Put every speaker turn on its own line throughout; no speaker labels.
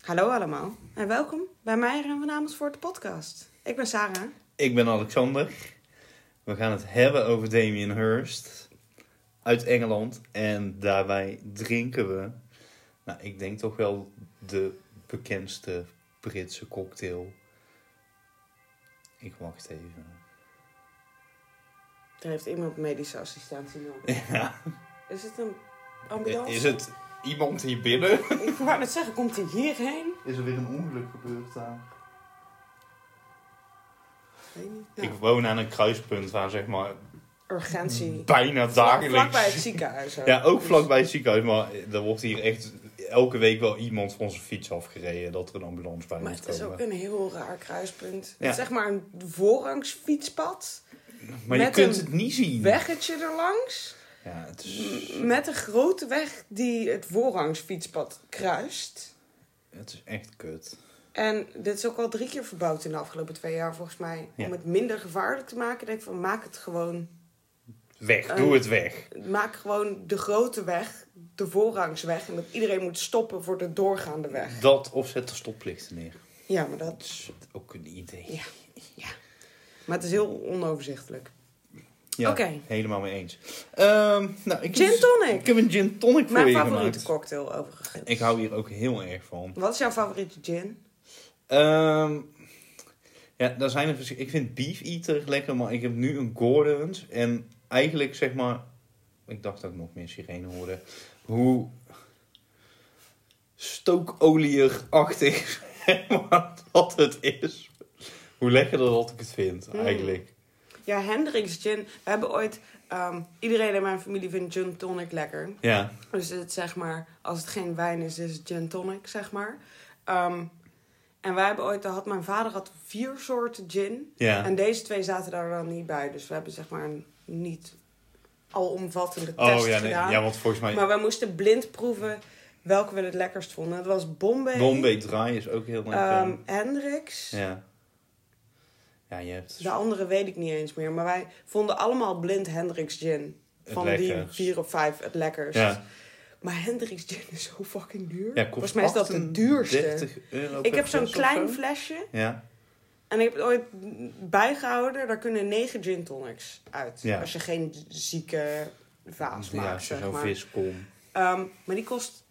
Hallo allemaal en welkom bij Meijeren van Amersfoort de podcast. Ik ben Sarah.
Ik ben Alexander. We gaan het hebben over Damien Hurst uit Engeland. En daarbij drinken we, nou, ik denk toch wel de bekendste Britse cocktail. Ik wacht even.
Er heeft iemand medische assistentie nodig.
Ja.
Is het een ambulance?
Is het iemand hier binnen?
Ik wou net zeggen, komt hij hierheen?
Is er weer een ongeluk gebeurd daar?
Weet niet.
Ik
Nou,
woon aan een kruispunt waar zeg maar
urgentie.
bijna Mm, dagelijks...
Vlakbij het ziekenhuis.
Ja, ook
Dus-
vlakbij het ziekenhuis, maar er wordt hier echt elke week wel iemand van zijn fiets afgereden dat er een ambulance bij
Maar
moet
het is
komen.
ook een heel raar kruispunt.
Ja.
Zeg maar een voorrangsfietspad.
Maar je
eh, met
kunt
een
het niet zien.
Weggetje erlangs.
Ja, het is,
Met een grote weg die het voorrangsfietspad kruist.
het is echt kut.
En dit is ook al drie keer verbouwd in de afgelopen twee jaar, volgens mij.
Ja.
Om het minder gevaarlijk te maken, denk ik van maak het gewoon.
Weg,
Eh.
doe het weg.
Maak gewoon de grote weg, de voorrangsweg. En dat iedereen moet stoppen voor de doorgaande weg.
Dat of zet de stoplichten neer.
Ja, maar dat
Dat is ook een idee.
Ja. Maar het is heel onoverzichtelijk.
Ja,
Oké.
helemaal mee eens. Ehm, nou, ik
Gin
heb-
tonic.
Ik heb een gin tonic voor
Mijn
je
favoriete
gemaakt.
cocktail overigens.
Ik hou hier ook heel erg van.
Wat is jouw favoriete gin?
Ehm ja, daar zijn er verschillende. Ik vind beef eater lekker, maar ik heb nu een Gordon's. En eigenlijk zeg maar. Ik dacht dat ik nog meer sirene hoorde. Hoe stookolierig-achtig zeg maar, dat het is. Hoe lekkerder dat ik het vind,
Mm.
eigenlijk.
Ja, Hendrix gin. We hebben ooit... ehm, iedereen in mijn familie vindt gin tonic lekker.
Ja,
Dus het, zeg maar, als het geen wijn is, is het gin tonic, zeg maar. Ehm, en wij hebben ooit, had, mijn vader had vier soorten gin.
ja.
En deze twee zaten daar dan niet bij. Dus we hebben zeg maar een niet alomvattende test
Oh ja, nee,
gedaan.
ja, want volgens mij.
Maar we moesten blind proeven welke we het lekkerst vonden. Het was Bombay,
Bombay Dry is ook heel lekker.
ehm, Hendrix.
ja. Ja, je hebt.
De andere weet ik niet eens meer. Maar wij vonden allemaal blind Hendrix gin.
Het
Van die
lekkerst.
vier of vijf het lekkerst.
Ja.
Maar Hendrix gin is zo fucking duur.
Ja, kost
Volgens mij is dat de
38
duurste.
euro
Ik
per
heb zo'n
fles of
klein
zo.
flesje.
Ja.
En ik heb het ooit bijgehouden. Daar kunnen negen gin tonics uit.
Ja.
Als je geen zieke vaas
Ja,
maakt,
als je
zeg
zo'n
maar.
vis komt.
Ehm, maar die kost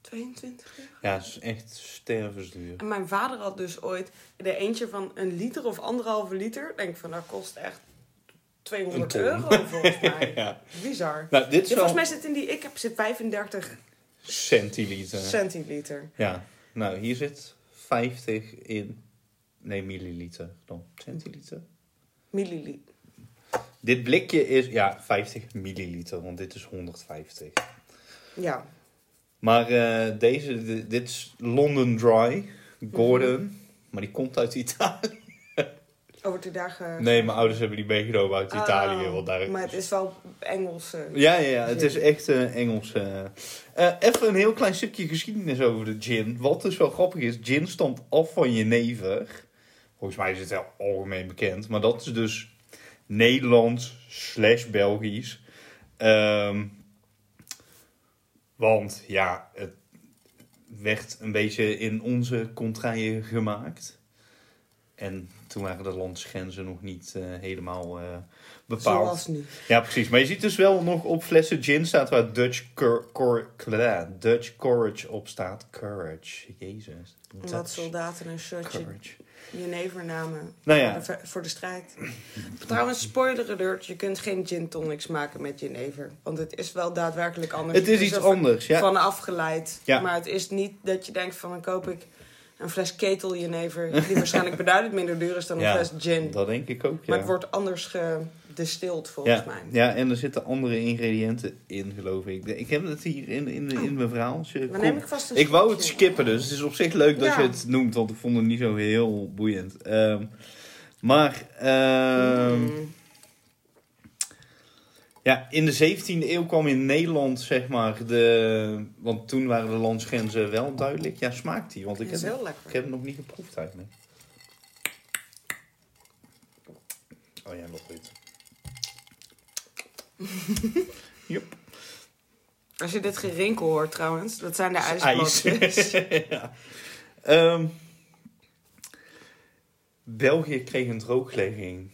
22 euro.
Ja, het is echt stervensduur.
En mijn vader had dus ooit er eentje van een liter of anderhalve liter. Ik Denk van, dat kost echt 200
Een ton.
euro volgens mij.
Ja.
Bizar.
Nou, dit is
Ja,
wel
volgens mij zit in die, ik heb zit 35
centiliter.
centiliter.
Ja, nou hier zit 50 in. Nee, milliliter dan. Centiliter.
Milliliter.
Dit blikje is, ja, 50 milliliter, want dit is 150.
Ja.
Maar eh, deze, di- dit is London Dry, Gordon.
Mhm.
Maar die komt uit Italië.
Over de dagen.
Nee, mijn ouders hebben die meegenomen uit Italië.
Oh,
want daar...
Maar het is wel eh, Engelse.
Ja, ja, ja, het is echt eh, Engels. eh. Eh, even een heel klein stukje geschiedenis over de gin. Wat dus wel grappig is, gin stamt af van jenever. Volgens mij is het wel algemeen bekend. Maar dat is dus Nederlands slash Belgisch. Ehm, want ja, het werd een beetje in onze contraien gemaakt. En toen waren de landsgrenzen nog niet eh, helemaal eh, bepaald.
Zoals nu.
Ja, precies. Maar je ziet dus wel nog op flessen gin staat waar Dutch, cor cor kla- Dutch Courage op staat. Courage. Jezus.
Omdat
Dutch
soldaten een shirtje
Courage.
jenever namen
Nou ja.
voor, de, voor de strijd. Trouwens, spoiler alert, je kunt geen gin tonics maken met jenever. Want het is wel daadwerkelijk anders.
Het is
Er
iets
er
anders, ja.
Van afgeleid.
Ja.
Maar het is niet dat je denkt van dan koop ik een fles ketel jenever. Die waarschijnlijk beduidend minder duur is dan een
Ja,
fles gin.
Dat denk ik ook, ja.
Maar het wordt anders gedistilled volgens
ja,
mij.
ja, en er zitten andere ingrediënten in, geloof ik. Ik heb het hier in, in, in mijn verhaaltje.
Maar
Kom.
Oh. neem ik vast een
Ik wou het
slokje.
skippen, dus het is op zich leuk dat
Ja.
je het noemt, want ik vond het niet zo heel boeiend. Ehm, maar, ehm,
Mm.
Ja, in de 17e eeuw kwam in Nederland, zeg maar, de... Want toen waren de landsgrenzen wel duidelijk. Ja, smaakt die? Want ik
Het is
heb,
heel
ik
lekker.
heb hem nog niet geproefd eigenlijk. Oh ja, nog goed. Joep.
Als je dit gerinkel hoort trouwens, dat zijn de
Het is ijs.
ijsblokjes.
ja. Ehm, België kreeg een drooglegging.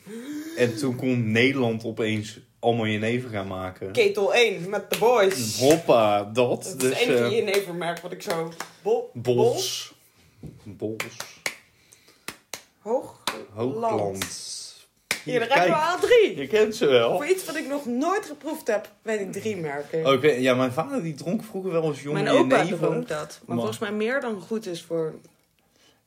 En toen kon Nederland opeens allemaal jenever gaan maken.
Ketel 1 met de boys.
Hoppa, dat.
Dat
dus,
is één van
eh,
je nevenmerk wat ik zo... Bol,
Bols. Bols.
Hoog.
Hoogland.
Hier, daar hebben
Kijk,
we A3.
je kent ze wel.
Voor iets wat ik nog nooit geproefd heb, weet ik drie merken.
Oké, ja, mijn vader die dronk vroeger wel eens jongen
Mijn opa
jenever.
dronk dat. Maar
Maar-
volgens mij meer dan goed is voor...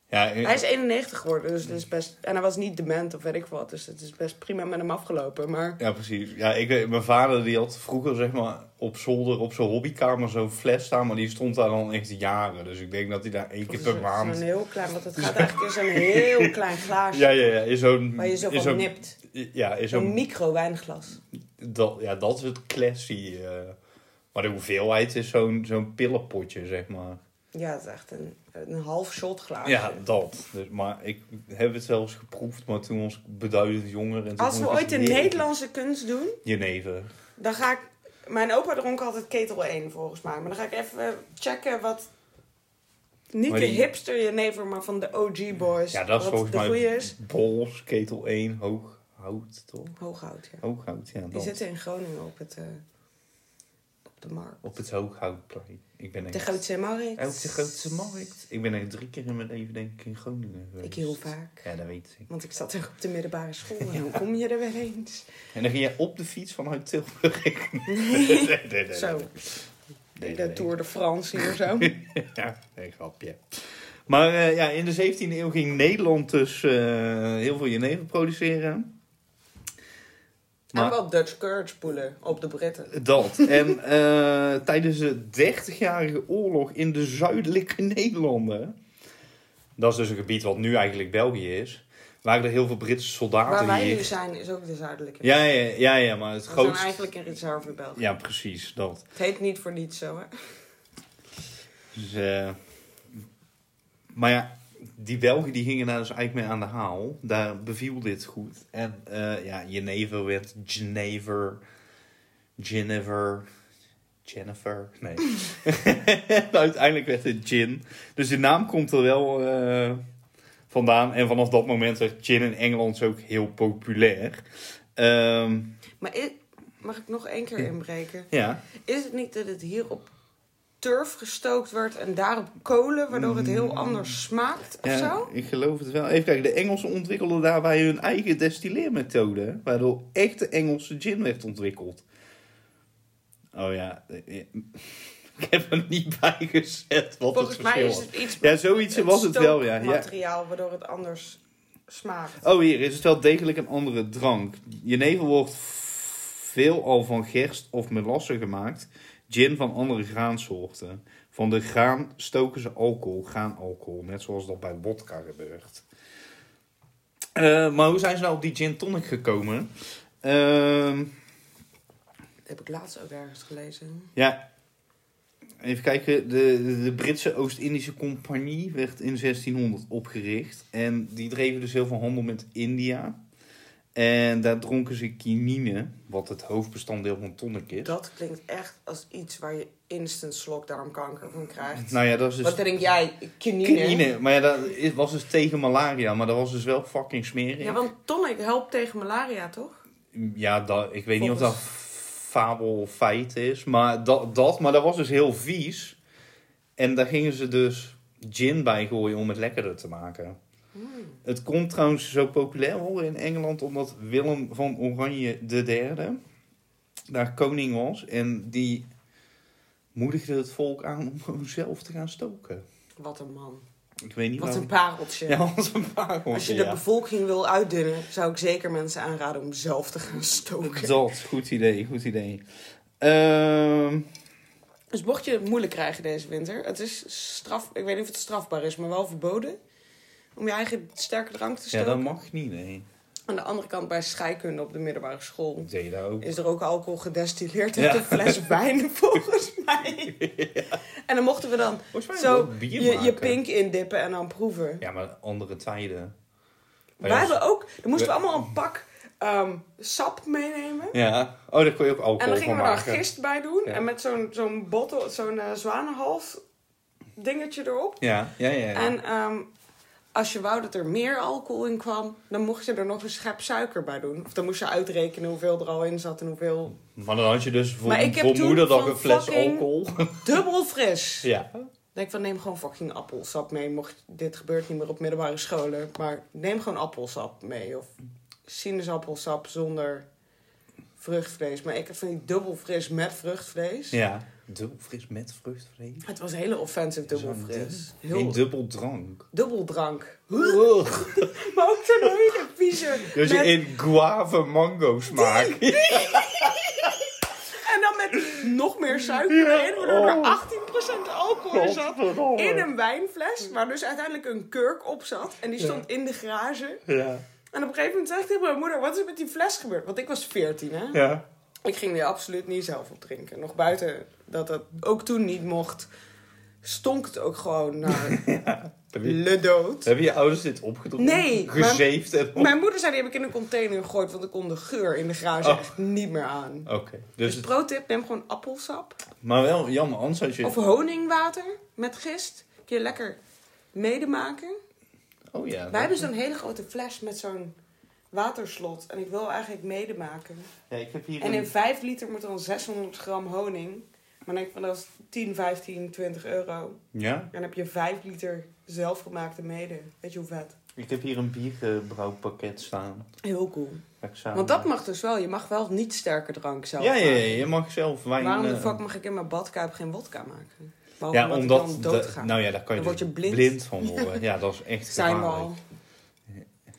Ja,
Hij is 91 geworden, dus dat is best... En hij was niet dement of weet ik wat. Dus het is best prima met hem afgelopen. Maar
Ja, precies. Ja, ik, weet- mijn vader die had vroeger zeg maar, op zolder op zijn hobbykamer zo'n fles staan, maar die stond daar dan echt jaren. Dus ik denk dat hij daar één keer
het
per
is een
maand.
heel klein... Want het gaat eigenlijk in zo'n heel klein glaasje.
Ja, ja, ja. In zo'n.
Waar je zo
in
van nipt.
Ja, in
Zo'n
zo'n.
micro wijnglas.
Dat, ja, dat is het classy. eh. maar de hoeveelheid is zo'n zo'n pillenpotje, zeg maar.
Ja, het is echt een, een half shot glaasje.
Ja, dat. Dus, maar ik heb het zelfs geproefd, maar toen was ik beduidend jonger. En toen
Als we
vond ik dus
ooit
het
een
heerlijk.
Nederlandse kunst doen,
Jenever.
dan ga ik... Mijn opa dronk altijd ketel 1 volgens mij. Maar dan ga ik even checken wat... Niet
Maar
de
die-
hipster jenever, maar van de OG boys.
Ja, dat is
wat
volgens
de
mij.
goeie is.
Bols, ketel 1, hoog hout, toch?
Hooghout, ja.
Hooghout, ja.
Die
dat.
zitten in Groningen op, het, eh, op de markt.
Op het Hooghoutplein. Ik ben echt...
De Grootse Markt.
Ja, Op de Grootse Markt. Ik ben echt drie keer in mijn leven denk ik in Groningen geweest.
Ik heel vaak.
Ja, dat weet ik.
Want ik zat ook op de middelbare school. En hoe kom je er weer eens?
En dan ging jij op de fiets vanuit Tilburg. Nee, nee, nee, nee.
Zo.
Nee, nee,
de
nee.
Tour de France hier zo.
Ja, nee, grapje. Maar eh, ja, in de 17e eeuw ging Nederland dus eh, heel veel jenever produceren.
En wel Dutch Courage poelen op de Britten.
Dat. En eh, tijdens de 30-jarige oorlog in de zuidelijke Nederlanden. Dat is dus een gebied wat nu eigenlijk België is. Waren er heel veel Britse
Waar
soldaten
wij
hier.
nu zijn is ook de zuidelijke.
Ja, ja, ja, ja, maar het
We
grootste.
zijn eigenlijk in reserve in België.
Ja, precies. Dat.
Het heet niet voor niets zo, hè?
Dus, eh, Maar ja, die Belgen die gingen daar dus eigenlijk mee aan de haal. Daar beviel dit goed. En eh, ja, Geneva werd Genever. Genever. Jennifer. Nee. Uiteindelijk werd het Gin. Dus de naam komt er wel eh, vandaan. En vanaf dat moment werd Gin in Engeland ook heel populair. Ehm,
Maar i- mag ik nog één keer inbreken?
ja.
Is het niet dat het hier op turf gestookt werd en daarop kolen, waardoor het heel
Mm.
anders smaakt of zo?
ik geloof het wel. Even kijken, de Engelsen ontwikkelden daarbij hun eigen destilleermethode, waardoor echte Engelse gin werd ontwikkeld. Oh ja, eh, eh, ik heb er niet bij gezet wat
Volgens
het verschil
mij is
was.
het iets
Ja, zoiets was het wel, ja. ja.
materiaal waardoor het anders smaakt.
Oh, hier is het wel degelijk een andere drank. Jenever wordt veelal van gerst of melasse gemaakt. Gin van andere graansoorten. Van de graan stoken ze alcohol, graanalcohol. Net zoals dat bij wodka gebeurt. Eh, maar hoe zijn ze nou op die gin tonic gekomen? Ehm,
Dat heb ik laatst ook ergens gelezen.
ja. Even kijken, de, de, de Britse Oost-Indische Compagnie werd in 1600 opgericht. En die dreven dus heel veel handel met India. En daar dronken ze quinine, wat het hoofdbestanddeel van tonic is.
Dat klinkt echt als iets waar je instant slokdarmkanker van krijgt.
Nou ja, dat is dus
Wat denk jij? Quinine?
quinine. Maar ja, dat is- was dus tegen malaria, maar dat was dus wel fucking smerig.
Ja, want tonic helpt tegen malaria, toch?
Ja, dat, ik weet niet of dat
Volgens-
fabel of feit is. Maar dat, dat, maar dat was dus heel vies. En daar gingen ze dus gin bij gooien om het lekkerder te maken.
Hmm.
Het komt trouwens zo populair worden in Engeland omdat Willem van Oranje III daar koning was. En die moedigde het volk aan om gewoon zelf te gaan stoken.
Wat een man.
Ik weet niet
Wat een
waarom-
pareltje.
Ja, wat een paar
Als je de bevolking wil uitdunnen, zou ik zeker mensen aanraden om zelf te gaan stoken.
Dat, goed idee, goed idee. Ehm...
Dus mocht je het moeilijk krijgen deze winter, het is straf, ik weet niet of het strafbaar is, maar wel verboden om je eigen sterke drank te
Ja,
stoken.
dat mag niet, nee.
Aan de andere kant, bij scheikunde op de middelbare school
deed dat ook.
is er ook alcohol gedestilleerd uit
Ja.
een fles wijn, volgens mij. En dan mochten we dan zo je, je pink indippen en dan proeven.
Ja, maar andere tijden.
Wij
Ja.
hebben ook, dan moesten we
We-
allemaal een pak ehm, sap meenemen.
Ja. Oh, daar kon je ook alcohol
En dan
van
gingen we daar
maken.
gist bij doen.
Ja.
En met zo'n zo'n bottle, zo'n eh, zwanenhals dingetje erop.
Ja, ja, ja. ja.
En ehm, als je wou dat er meer alcohol in kwam, dan mocht je er nog een schep suiker bij doen. Of dan moest je uitrekenen hoeveel er al in zat en hoeveel.
Maar dan had je dus voor,
Maar ik heb
voor
toen
moederdag
van
een fles
fucking-
alcohol.
Dubbel fris!
ja.
Denk van neem gewoon fucking appelsap mee. Mocht dit gebeurt niet meer op middelbare scholen, maar neem gewoon appelsap mee of sinaasappelsap zonder vruchtvlees. Maar ik heb van die dubbel fris met vruchtvlees.
Ja. Dubbel fris met vruchtvlees.
Het was een hele offensive dubbel
Zo'n
fris.
ding. Geen
Heel
dubbel drank.
dubbeldrank.
Ugh.
Maar ook zo'n hele vieze.
Dus je
met-
in guave mango smaak.
En dan met nog meer suiker
Ja,
erin, waardoor
oh.
er 18% alcohol in zat. In een wijnfles, waar dus uiteindelijk een kurk op zat. En die stond in de garage.
Ja.
En op een gegeven moment zei ik tegen mijn moeder, wat is er met die fles gebeurd? Want ik was 14, hè?
Ja.
Ik ging die absoluut niet zelf op drinken. Nog buiten dat dat ook toen niet mocht, stonk het ook gewoon naar
Heb je,
le dood.
hebben je ouders dit opgedrongen?
Nee, maar-
Gezeefd en op-
Mijn moeder zei, die heb ik in een container gegooid, want ik kon de geur in de garage
Oh.
echt niet meer aan.
Oké.
Dus
Dus,
pro tip, neem gewoon appelsap.
maar wel jammer, anders had je...
Of honingwater met gist. Kun je lekker medemaken.
oh ja.
Wij hebben zo'n hele grote fles met zo'n waterslot. En ik wil eigenlijk medemaken.
Ja, ik heb hier
En in
een...
5 liter moet dan 600 gram honing. Maar dan denk ik van dat is 10, 15, 20 euro. En
Ja?
dan heb je 5 liter zelfgemaakte mede. Weet je hoe vet?
Ik heb hier een bierbrouwpakket staan.
Heel cool.
Ga ik samen-
Want dat mag dus wel. Je mag wel niet sterke drank zelf
Ja, ja,
maken.
ja, je mag zelf wijn...
Waarom de
eh,
fuck mag ik in mijn badkuip geen wodka maken? Waarom
Ja, omdat...
ik dan
de-
doodgaan?
nou ja, daar kan je,
Dan
dus
word je blind.
van worden. Ja, dat is echt
Zijn we
gevaarlijk.
al.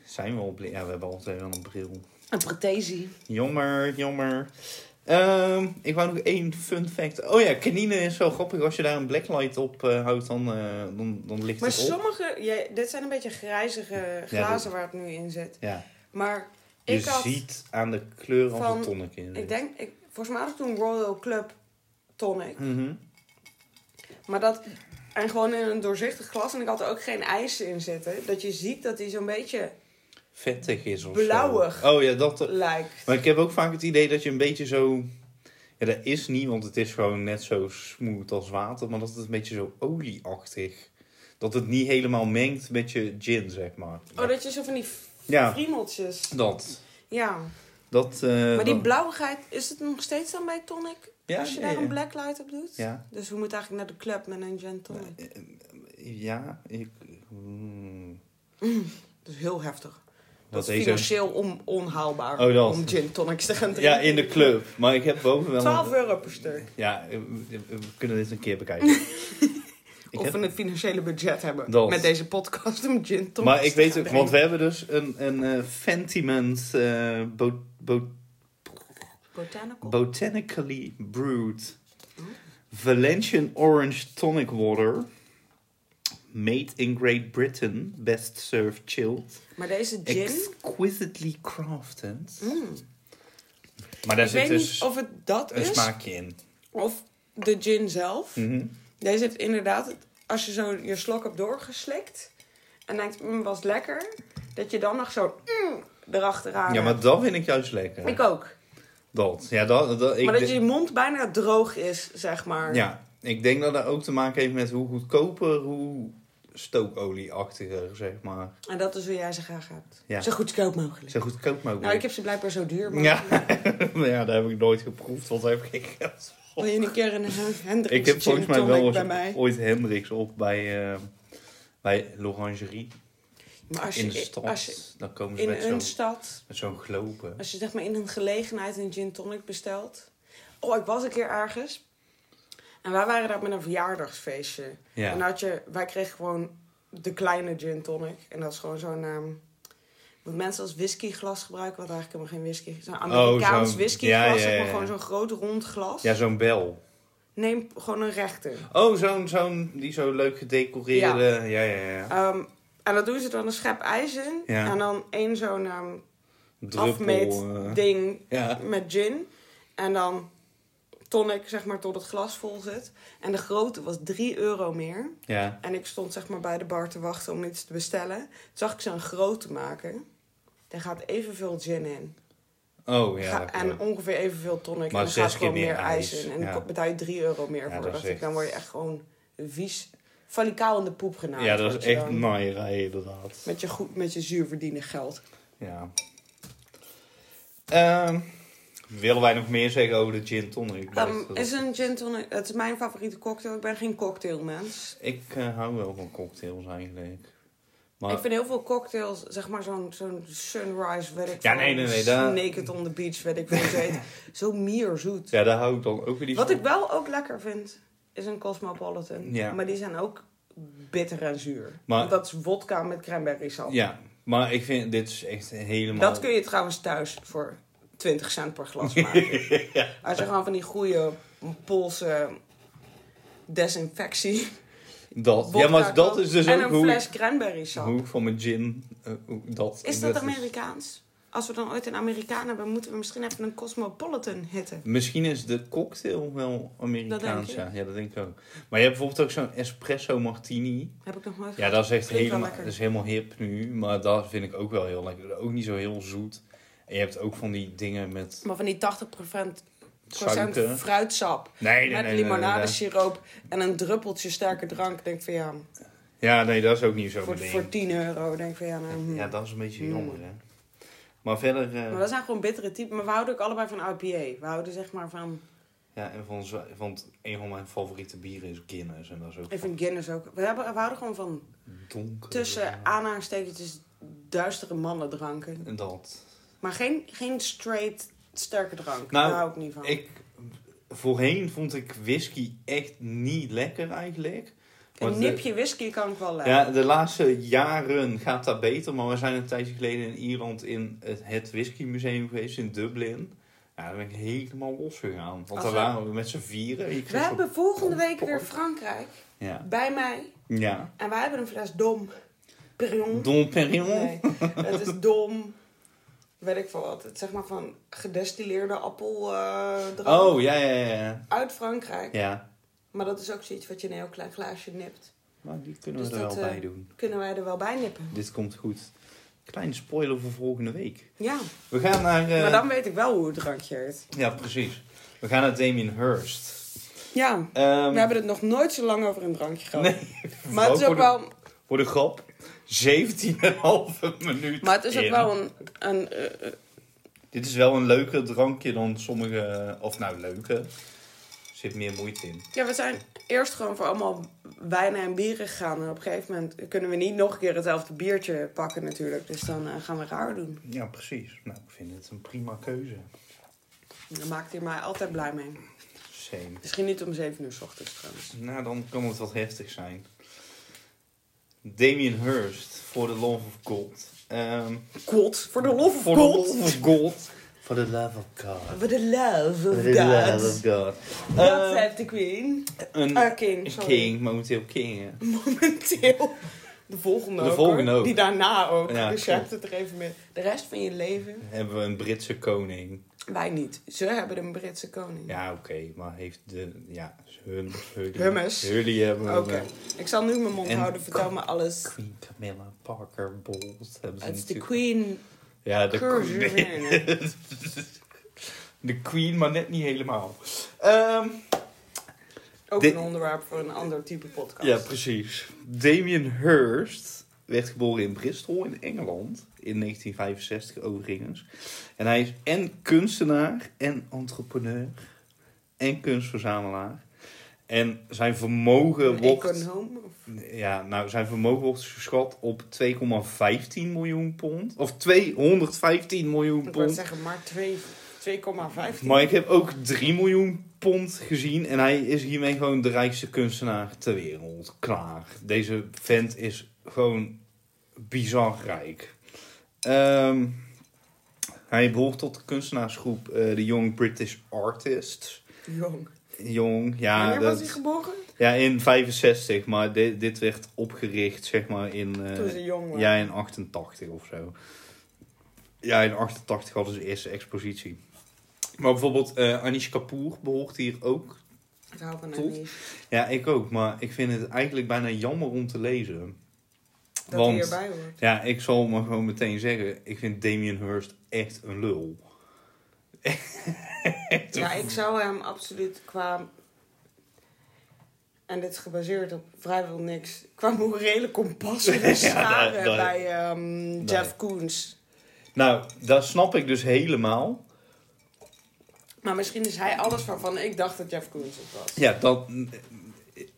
Zijn we al blind? Ja, we hebben altijd wel een bril.
Een pretesie.
Jammer, jammer. Ehm, ik wou nog één fun fact. Oh ja, canine is zo grappig. Als je daar een blacklight op eh, houdt, dan, eh, dan, dan ligt
Maar
het op.
sommige, jij- dit zijn een beetje grijzige
Ja,
glazen
dat-
waar het nu in zit.
Ja,
Maar
je
ik had,
ziet aan de kleur als
van-
een tonic in. zit.
ik denk, ik, volgens mij had ik toen Royal Club tonic.
Mhm.
Maar dat, en gewoon in een doorzichtig glas en ik had er ook geen ijs in zitten. Dat je ziet dat die zo'n beetje
Vettig is of
Blauwig.
zo. Oh ja, dat...
lijkt.
Maar ik heb ook vaak het idee dat je een beetje zo... Ja, dat is niet, want het is gewoon net zo smooth als water. Maar dat het een beetje zo olieachtig... Dat het niet helemaal mengt met je gin, zeg maar.
Oh, dat je zo van die
Ja.
ja. friemeltjes.
Dat.
Ja.
Dat... eh,
Maar die
dat-
blauwigheid, is het nog steeds dan bij tonic?
Ja,
Als je
ja,
daar
ja.
een blacklight op doet?
Ja.
Dus we moeten eigenlijk naar de club met een gin tonic.
Ja, ik... mm.
Dat is heel heftig. Dat
Dat
is
is
financieel on- onhaalbaar
Oh, dat.
om gin tonics te gaan drinken.
Ja, in de club. Maar ik heb boven wel...
12 euro per stuk.
Ja, eh, we we kunnen dit een keer bekijken. ik
of
heb...
we een financiële budget hebben
Dat.
met deze podcast om gin tonics
Maar ik
te
weet
gaan
ook, want we
drinken.
hebben dus een, een eh, Fentiment eh, bo- bo-
Botanical.
Botanically Brewed
Oh.
Valencian Orange Tonic Water. Made in Great Britain, best served chilled.
maar deze gin...
Exquisitely crafted.
mm.
Maar daar
Ik weet
zit dus
niet of het dat
een
is
smaakje in.
of de gin zelf.
Mhm.
Deze heeft inderdaad, het- als je zo je slok hebt doorgeslikt en denkt, mmm, was lekker. Dat je dan nog zo mm, erachteraan
Ja, maar
hebt.
dat vind ik juist lekker.
Ik ook.
Dat. Ja, dat, dat, ik
maar dat
denk-
je mond bijna droog is, zeg maar.
ja, ik denk dat dat ook te maken heeft met hoe goedkoper, hoe stookolieachtiger, zeg maar.
En dat is wat jij ze graag hebt.
Ja.
Zo goedkoop mogelijk.
Zo goedkoop mogelijk.
Nou, ik heb ze blijkbaar zo duur
Ja.
mogelijk.
Maar ja, dat heb ik nooit geproefd, want daar heb ik geen geld voor.
Wil je een keer een Hen- Hendrix
Ik heb volgens mij wel
bij
eens
mij?
ooit Hendrix op bij, eh bij L'Orangerie
Maar als
in de
je,
stad.
als je
Dan komen ze
in
met
een
zo'n
stad,
met zo'n globe.
als je zeg maar in een gelegenheid een gin tonic bestelt. Oh, ik was een keer ergens. En wij waren daar met een verjaardagsfeestje.
Ja.
En dan had je, wij kregen gewoon de kleine gin tonic. En dat is gewoon zo'n... ehm, wat mensen als whiskyglas gebruiken, wat eigenlijk helemaal geen whisky is. Zo'n Amerikaans
Oh, zo'n-
whiskyglas,
ja, ja,
zeg maar
ja.
gewoon zo'n groot rond glas.
Ja, zo'n bel.
Neem gewoon een rechte.
Oh, zo'n, zo'n, die zo leuk gedecoreerde. Ja, ja, ja. ja.
Ehm, en dat doen ze dan een schep ijs in.
Ja.
En dan één zo'n ehm,
Druppel. eh,
afmeetding
ja.
met gin. En dan tonic, zeg maar, tot het glas vol zit. En de grote was 3 euro meer.
Ja.
En ik stond zeg maar bij de bar te wachten om iets te bestellen. Toen zag ik ze een grote maken. Daar gaat evenveel gin in.
Oh ja.
Ga-
dat
en
klopt.
ongeveer evenveel tonic.
Maar
en er
zes
gaat gewoon
keer
meer
meer
ijs
ijs,
in. En
ja.
dan betaal je 3 euro meer
Ja,
voor.
dat
Dacht
is
ik, dan
echt-
word je echt gewoon vies Valicaal in de poep genaaid.
ja, dat
word
is
je
echt
dan.
naaierij inderdaad.
Met je, goed, met je zuur verdienen geld.
Ja. Ehm, willen wij nog meer zeggen over de gin tonic?
Ehm, is een gin tonic... Het is mijn favoriete cocktail. Ik ben geen cocktailmens.
Ik eh, hou wel van cocktails eigenlijk. Maar
Ik vind heel veel cocktails, zeg maar zo'n zo'n sunrise, weet ik
Ja,
veel,
nee, nee, nee, daar-
Naked on the beach, weet ik veel, hoe ze heet. Zo mierzoet.
ja, daar hou ik dan ook weer die
Wat
van.
ik wel ook lekker vind, is een Cosmopolitan.
Ja.
Maar die zijn ook bitter en zuur.
Maar-
Want dat is wodka met cranberry sap.
Ja, maar ik vind dit is echt helemaal...
Dat kun je trouwens thuis voor 20 cent per glas maken. Als je gewoon van die goede Poolse desinfectie.
Dat. Oh, Ja,
wodka
maar dat
koopt
is dus
En
ook
een
hoe,
fles
ik-
cranberry sap.
hoe ik van mijn gin... eh, hoe- dat,
Is dat
is-
Amerikaans? Als we dan ooit een Amerikaan hebben, moeten we misschien even een Cosmopolitan hitten.
Misschien is de cocktail wel Amerikaans.
Dat denk
Ja. ja, dat denk ik ook. Maar je hebt bijvoorbeeld ook zo'n espresso martini.
Heb ik nog nooit
Ja, dat is echt
Klinkt wel
helemaal,
lekker.
dat is helemaal hip nu. Maar dat vind ik ook wel heel lekker. Ook niet zo heel zoet. En je hebt ook van die dingen met
Maar van die 80% procent
suiker.
fruitsap.
Nee, nee, nee.
met
nee, nee, nee.
limonadesiroop en een druppeltje sterke drank. Denk van ja,
Ja, nee, dat is ook niet zo'n
voor,
ding.
voor 10 euro. Denk van ja, nou, hm.
Ja, dat is een beetje
Mm.
jammer, hè. Maar verder... eh,
Maar dat zijn gewoon bittere typen. Maar we houden ook allebei van IPA. We houden zeg maar van...
ja, en van, zwa- want een van mijn favoriete bieren is Guinness. En dat is ook
Ik vind Guinness ook... We, hebben, we houden gewoon van
donker.
tussen aanhalingstekentjes duistere mannendranken.
En dat.
Maar geen, geen straight sterke drank.
Nou,
Daar hou ik niet van.
Ik, voorheen vond ik whisky echt niet lekker eigenlijk.
Een
Want de-
nipje whisky kan ik wel leiden.
Ja, de laatste jaren gaat dat beter. Maar we zijn een tijdje geleden in Ierland in het, het Whisky Museum geweest in Dublin. Ja, daar ben ik helemaal los gegaan. Want
Als
daar
we-
waren we met z'n vieren. Je
we
kreeg
hebben volgende week weer
Poort.
Frankrijk
zo'n- Ja.
bij mij.
ja.
En wij hebben een fles Dom Perignon.
Don Perignon.
Hm? Nee, het is Dom... Weet ik veel wat. Het is zeg maar van gedestilleerde appel eh, drank
Oh, ja, ja, ja, ja.
uit Frankrijk.
Ja.
Maar dat is ook zoiets wat je in een heel klein glaasje nipt.
Maar die kunnen we
Dus
er
dat,
wel
eh,
bij doen.
Kunnen wij er wel bij nippen?
Dit komt goed. Kleine spoiler voor volgende week.
Ja,
We gaan naar... eh,
maar dan weet ik wel hoe het drankje heet.
Ja, precies. We gaan naar Damien Hurst.
Ja,
Ehm,
we hebben het nog nooit zo lang over een drankje gehad.
Nee.
maar het is ook
voor de-
wel,
Voor de grap. 17,5 minuut.
maar het is ook
in.
wel een, een eh, eh,
Dit is wel een leuker drankje dan sommige. Of nou, leuke. Er zit meer moeite in.
Ja, we zijn eerst gewoon voor allemaal wijnen en bieren gegaan. En op een gegeven moment kunnen we niet nog een keer hetzelfde biertje pakken natuurlijk. Dus dan eh, gaan we raar doen.
Ja, precies. Nou, ik vind het een prima keuze.
Daar maakt hij mij altijd blij mee.
Same.
Misschien niet om 7 uur s ochtends trouwens.
Nou, dan kan het wat heftig zijn. Damien Hurst, voor The Love of God. Ehm,
God, voor de lof of
For the
God.
Love of God. For the Love of God.
For the love of
For the Love
God.
of God.
Dat
Ehm,
heeft de queen.
een
Eh, king, sorry.
king, momenteel king. hè.
Momenteel. De volgende
De
ook,
volgende
hoor.
ook.
Die daarna ook.
Ja,
dus je
klopt.
hebt het er even mee. De rest van je leven?
Hebben we een Britse koning.
Wij niet. Ze hebben een Britse koning.
Ja, oké, maar heeft de. Ja, hun. Hully,
Hummus.
Hully hebben we.
Oké. Ik zal nu mijn mond
eh, En-
houden. Vertel me alles.
Queen Camilla Parker Bowles hebben ze
Het is de
natuurlijk-
queen
Ja, de
Curvy.
queen. de queen, maar net niet helemaal. Ehm,
Ook
Dit-
een onderwerp voor een ander type podcast.
ja, precies. Damien Hurst werd geboren in Bristol in Engeland in 1965 overigens. En hij is en kunstenaar en entrepreneur en kunstverzamelaar. En zijn vermogen
Een
wordt...
econoom. of-
Ja, nou, zijn vermogen wordt geschat op 2,15 miljoen pond. Of 215 miljoen
Ik wou
pond.
zeggen, maar twee- 2,15.
Maar ik heb ook 3 miljoen pond gezien. En hij is hiermee gewoon de rijkste kunstenaar ter wereld. Klaar. Deze vent is gewoon bizar rijk. Ehm, hij behoort tot de kunstenaarsgroep eh, de Young British Artists.
Jong.
Jong, ja.
Wanneer
dat...
was hij geboren?
Ja, in 65, maar dit, dit werd opgericht, zeg maar, in... eh,
Toen ze jong was.
ja, in 88 of zo. Ja, in 88 hadden ze de eerste expositie. Maar bijvoorbeeld eh Anish Kapoor behoort hier ook.
Ik hou van hem
Tot.
niet.
Ja, ik ook, maar ik vind het eigenlijk bijna jammer om te lezen.
Dat hij
Want-
erbij hoort.
Ja, ik zal maar gewoon meteen zeggen, ik vind Damien Hurst echt een lul.
Ja, ik zou hem absoluut qua En dit is gebaseerd op vrijwel niks. Qua morele kompas en scharen
nee.
bij ehm, Jeff Koons.
Nou, dat snap ik dus helemaal.
Maar misschien is hij alles waarvan ik dacht dat Jeff Koons het was.
Ja, dan,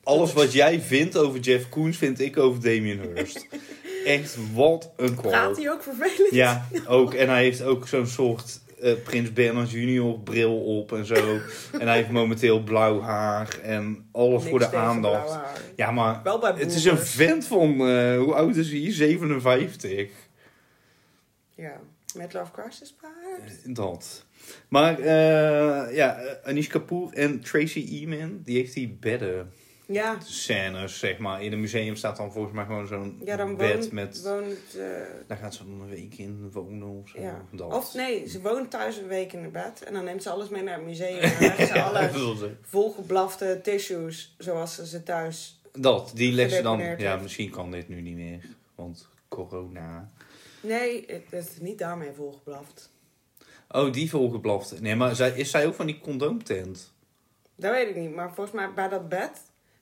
alles wat jij vindt over Jeff Koens, vind ik over Damien Hurst. Echt, wat een kwal.
Praat hij ook vervelend?
Ja, ook. En hij heeft ook zo'n soort eh, Prins Bernhard Junior bril op en zo. en hij heeft momenteel blauw haar en alles
Niks
voor de
tegen
aandacht.
blauw haar.
Ja, maar
Wel bij
het is een
boomers.
vent van, eh, hoe oud is hij? 57.
Ja, met Love Crisis Pride.
Dat. Maar eh, ja, eh, Anish Kapoor en Tracy Emin, die heeft die bedden
Ja,
scènes, zeg maar. In een museum staat dan volgens mij gewoon zo'n
ja dan
bed
woont,
met...
woont eh,
Daar gaat ze dan een week in wonen of zo.
ja.
Dat.
Of nee, ze woont thuis een week in de bed. En dan neemt ze alles mee naar het museum. En dan legt ze alle
dat.
volgeblafte tissues, zoals ze ze thuis...
Dat, die legt ze dan...
Gedeponeerd
Ja,
heeft.
misschien kan dit nu niet meer. Want corona.
Nee, het het is niet daarmee volgeblaft.
Oh, die volgeblafte. Nee, maar zij, is zij ook van die condoomtent?
Dat weet ik niet, maar volgens mij bij dat bed